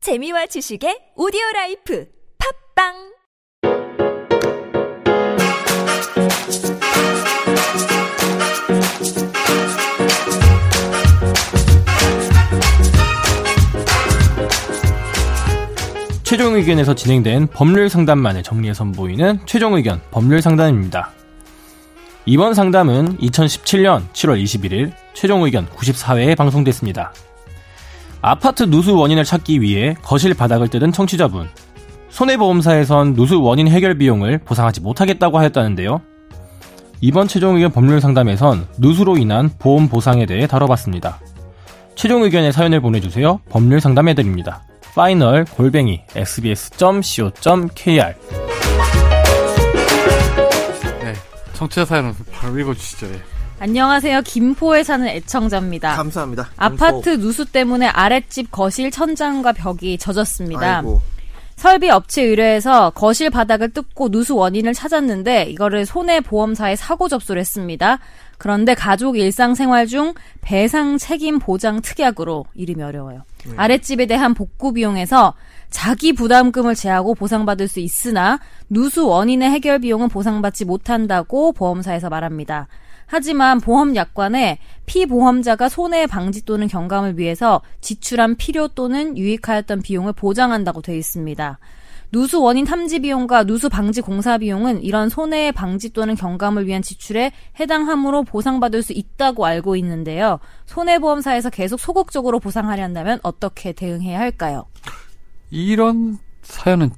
재미와 지식의 오디오 라이프 팝빵 최종 의견에서 진행된 법률 상담만을 정리해 선보이는 최종 의견 법률 상담입니다. 이번 상담은 2017년 7월 21일 최종 의견 94회에 방송됐습니다. 아파트 누수 원인을 찾기 위해 거실 바닥을 뜯은 청취자분. 손해보험사에선 누수 원인 해결 비용을 보상하지 못하겠다고 하였다는데요. 이번 최종 의견 법률 상담에선 누수로 인한 보험 보상에 대해 다뤄봤습니다. 최종 의견의 사연을 보내주세요. 법률 상담해드립니다. 파이널 골뱅이 sbs.co.kr 네. 청취자 사연은 바로 읽어주시죠. 예. 안녕하세요. 김포에 사는 애청자입니다. 감사합니다. 아, 아파트 누수 때문에 아랫집 거실 천장과 벽이 젖었습니다. 아이고. 설비 업체 의뢰해서 거실 바닥을 뜯고 누수 원인을 찾았는데 이거를 손해보험사에 사고 접수를 했습니다. 그런데 가족 일상생활 중 배상 책임 보장 특약으로 이름이 어려워요. 예. 아랫집에 대한 복구 비용에서 자기 부담금을 제하고 보상받을 수 있으나 누수 원인의 해결 비용은 보상받지 못한다고 보험사에서 말합니다. 하지만 보험약관에 피보험자가 손해 방지 또는 경감을 위해서 지출한 필요 또는 유익하였던 비용을 보장한다고 되어 있습니다. 누수 원인 탐지 비용과 누수 방지 공사 비용은 이런 손해 방지 또는 경감을 위한 지출에 해당하므로 보상받을 수 있다고 알고 있는데요. 손해보험사에서 계속 소극적으로 보상하려 한다면 어떻게 대응해야 할까요? 이런 사연은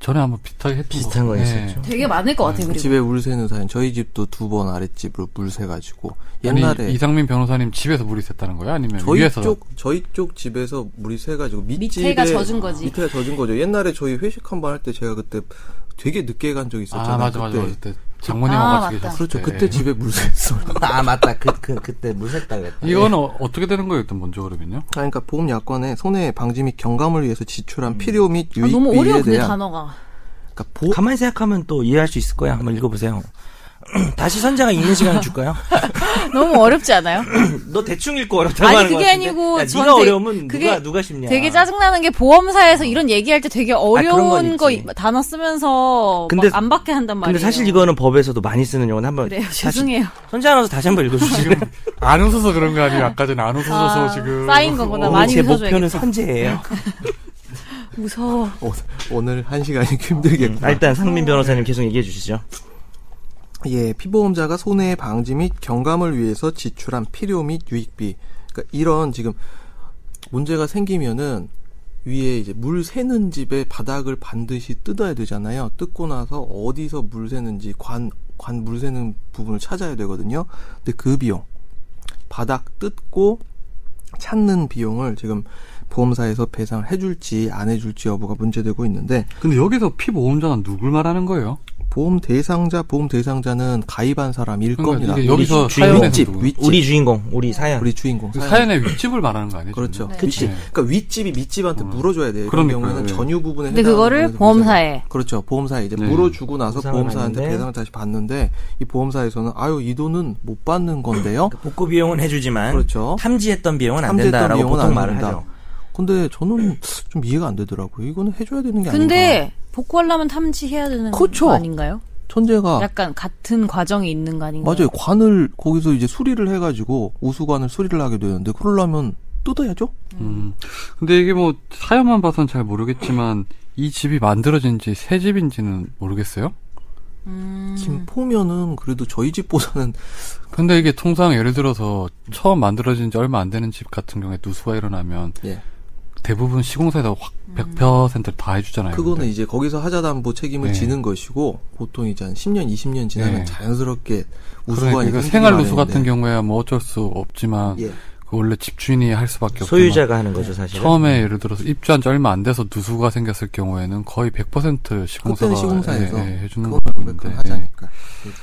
전에 한번 비슷하게 했던 비슷한 것 거 같아요. 있었죠. 되게 많을 것 같아요. 그리고 집에 물 새는 사연. 저희 집도 두 번 아랫집으로 물 새가지고 예. 아니, 옛날에 이상민 변호사님 집에서 물이 샜다는 거야? 아니면 저희 위에서? 쪽 저희 쪽 집에서 물이 새가지고 밑집에 밑에가 젖은 거지. 밑에가 젖은 거죠. 옛날에 저희 회식 한 번 할 때 제가 그때 되게 늦게 간 적이 있었잖아요. 아 맞아 맞아 네. 그때. 맞아. 그때 장모님하고 아, 같이 맞다. 계셨을 그렇죠. 때. 그때 집에 물 샜어요. 아 맞다 그, 그 그때 무색다 그랬다 이건 어, 어떻게 되는 거예요? 일단 먼저 그러면요. 아니, 그러니까 보험 약관에 손해 방지 및 경감을 위해서 지출한 필요 및 아, 너무 어려워 유익비에 근데 대한 단어가. 그러니까 보 가만히 생각하면 또 이해할 수 있을 거야 한번 읽어보세요 다시 선재가 읽는 시간을 줄까요? 너무 어렵지 않아요? 너 대충 읽고 어렵다고 아니 하는 거 그게 같은데 아니고 야, 저한테 네가 어려우면 그게 누가 누가 쉽냐 아, 되게 짜증나는 게 보험사에서 이런 얘기할 때 되게 건 어려운 있지. 거 이- 단어 쓰면서 근데- 막 안 받게 한단 말이에요. 근데 사실 이거는 법에서도 많이 쓰는 용어 한번 그래요. 다시- 죄송해요. 선재 아나운서 다시 한번 읽어주시면 안 웃어서 그런 거 아니에요? 아까 전에 안 웃어서 아, 지금 쌓인 거구나. 많이 제 웃어줘야겠다. 목표는 선재예요 무서워. 오- 어, 오늘 한 시간이 힘들겠구나. 아, 일단 상민 변호사님 계속 얘기해 주시죠 예, 피보험자가 손해 방지 및 경감을 위해서 지출한 필요 및 유익비. 그러니까 이런 지금 문제가 생기면은 위에 이제 물 새는 집의 바닥을 반드시 뜯어야 되잖아요. 뜯고 나서 어디서 물 새는지 관, 관 물 새는 부분을 찾아야 되거든요. 근데 그 비용. 바닥 뜯고 찾는 비용을 지금 보험사에서 배상을 해줄지 안 해줄지 여부가 문제되고 있는데 근데 여기서 피보험자는 누굴 말하는 거예요? 보험 대상자, 보험 대상자는 가입한 사람일 그러니까 겁니다. 이게 여기서 주인공. 사연에서 윗집, 누구? 윗집. 우리 주인공 우리 사연 우리 주인공. 그 사연. 사연의 윗집을 말하는 거 아니에요? 그렇죠. 지금? 윗집. 네. 그러니까 윗집이 밑집한테 물어줘야 돼요. 이런 그러니까요. 경우에는 네. 전유 부분에 근데 해당하는 그거를 부분에서 보험사에. 보상- 그렇죠. 보험사에 이제 네. 물어주고 나서 보상을 보험사한테 받는데. 배상을 다시 받는데 이 보험사에서는 아유 이 돈은 못 받는 건데요. 복구 비용은 해주지만 그렇죠. 탐지했던 비용은 안 탐지했던 된다라고 비용은 보통 안 말을 된다. 하죠 근데 저는 좀 이해가 안 되더라고요. 이거는 해줘야 되는 게 아닌가. 근데 복구하려면 탐지해야 되는 그쵸. 그렇죠. 거 아닌가요? 천재가 약간 뭐 같은 과정이 있는 거 아닌가요? 맞아요. 관을 거기서 이제 수리를 해가지고 우수관을 수리를 하게 되는데 그러려면 뜯어야죠. 음. 근데 이게 뭐 사연만 봐선 잘 모르겠지만 이 집이 만들어진지 새 집인지는 모르겠어요. 음, 김포면은 그래도 저희 집보다는 근데 이게 통상 예를 들어서 처음 만들어진 지 얼마 안 되는 집 같은 경우에 누수가 일어나면 예. 대부분 시공사에서 확 100%다 해주잖아요. 그거는 근데. 이제 거기서 하자담보 책임을 네. 지는 것이고 보통 이제 한 10년, 20년 지나면 네. 자연스럽게 그러니까 우수관이 이거 생기기 생활 누수 마련인데. 같은 경우에야 뭐 어쩔 수 없지만 예. 그 원래 집주인이 할 수밖에 없지만 소유자가 하는 거죠 사실은 처음에 예를 들어서 입주한 지 얼마 안 돼서 누수가 생겼을 경우에는 거의 100% 시공사가 그때는 시공사에서 예, 예, 해주는 예. 그건 거로 고백을 하자니까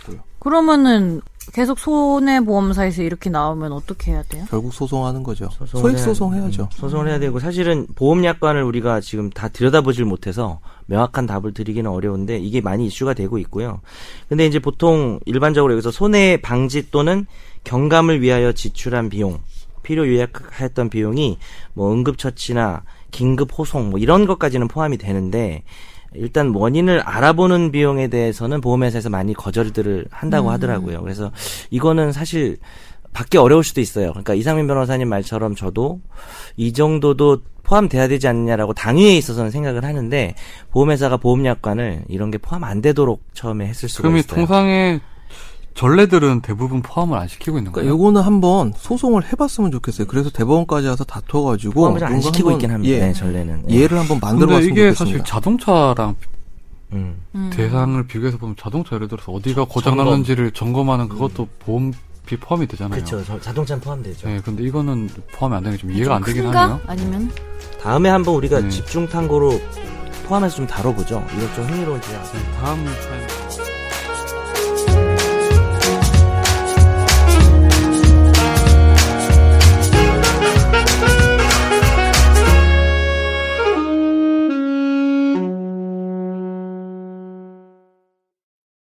있고요. 그러면은 계속 손해보험사에서 이렇게 나오면 어떻게 해야 돼요? 결국 소송하는 거죠. 소송을 소액 해야- 소송해야죠. 음, 소송을 해야 되고 사실은 보험약관을 우리가 지금 다 들여다보질 못해서 명확한 답을 드리기는 어려운데 이게 많이 이슈가 되고 있고요. 근데 이제 보통 일반적으로 여기서 손해 방지 또는 경감을 위하여 지출한 비용, 필요 요약하였던 비용이 뭐 응급처치나 긴급 호송 뭐 이런 것까지는 포함이 되는데 일단 원인을 알아보는 비용에 대해서는 보험회사에서 많이 거절들을 한다고 음. 하더라고요. 그래서 이거는 사실 받기 어려울 수도 있어요. 그러니까 이상민 변호사님 말처럼 저도 이 정도도 포함돼야 되지 않느냐라고 당위에 있어서는 생각을 하는데 보험회사가 보험약관을 이런 게 포함 안 되도록 처음에 했을 수가 그럼 이 있어요. 통상의 전례들은 대부분 포함을 안 시키고 있는 거예요. 그러니까 요거는 한번 소송을 해봤으면 좋겠어요. 그래서 대법원까지 와서 다퉈가지고 포함을 안 뭔가 시키고 한번, 있긴 합니다. 예, 네, 전례는. 예. 예를 한번 근데 만들어봤으면 이게 좋겠습니다. 사실 자동차랑 음. 대상을 비교해서 보면 자동차 예를 들어서 어디가 고장 났는지를 점검하는 그것도 보험비 포함이 되잖아요. 그렇죠. 저- 자동차는 포함되죠. 음. 네, 근데 이거는 포함이 안 되는 게 좀 이해가 안 되긴 어? 큰가? 하네요. 아니면 다음에 한번 우리가 네. 집중 탐구로 포함해서 좀 네, 다뤄보죠. 이것 좀 흥미로운 주제 같습니다. 다음 차에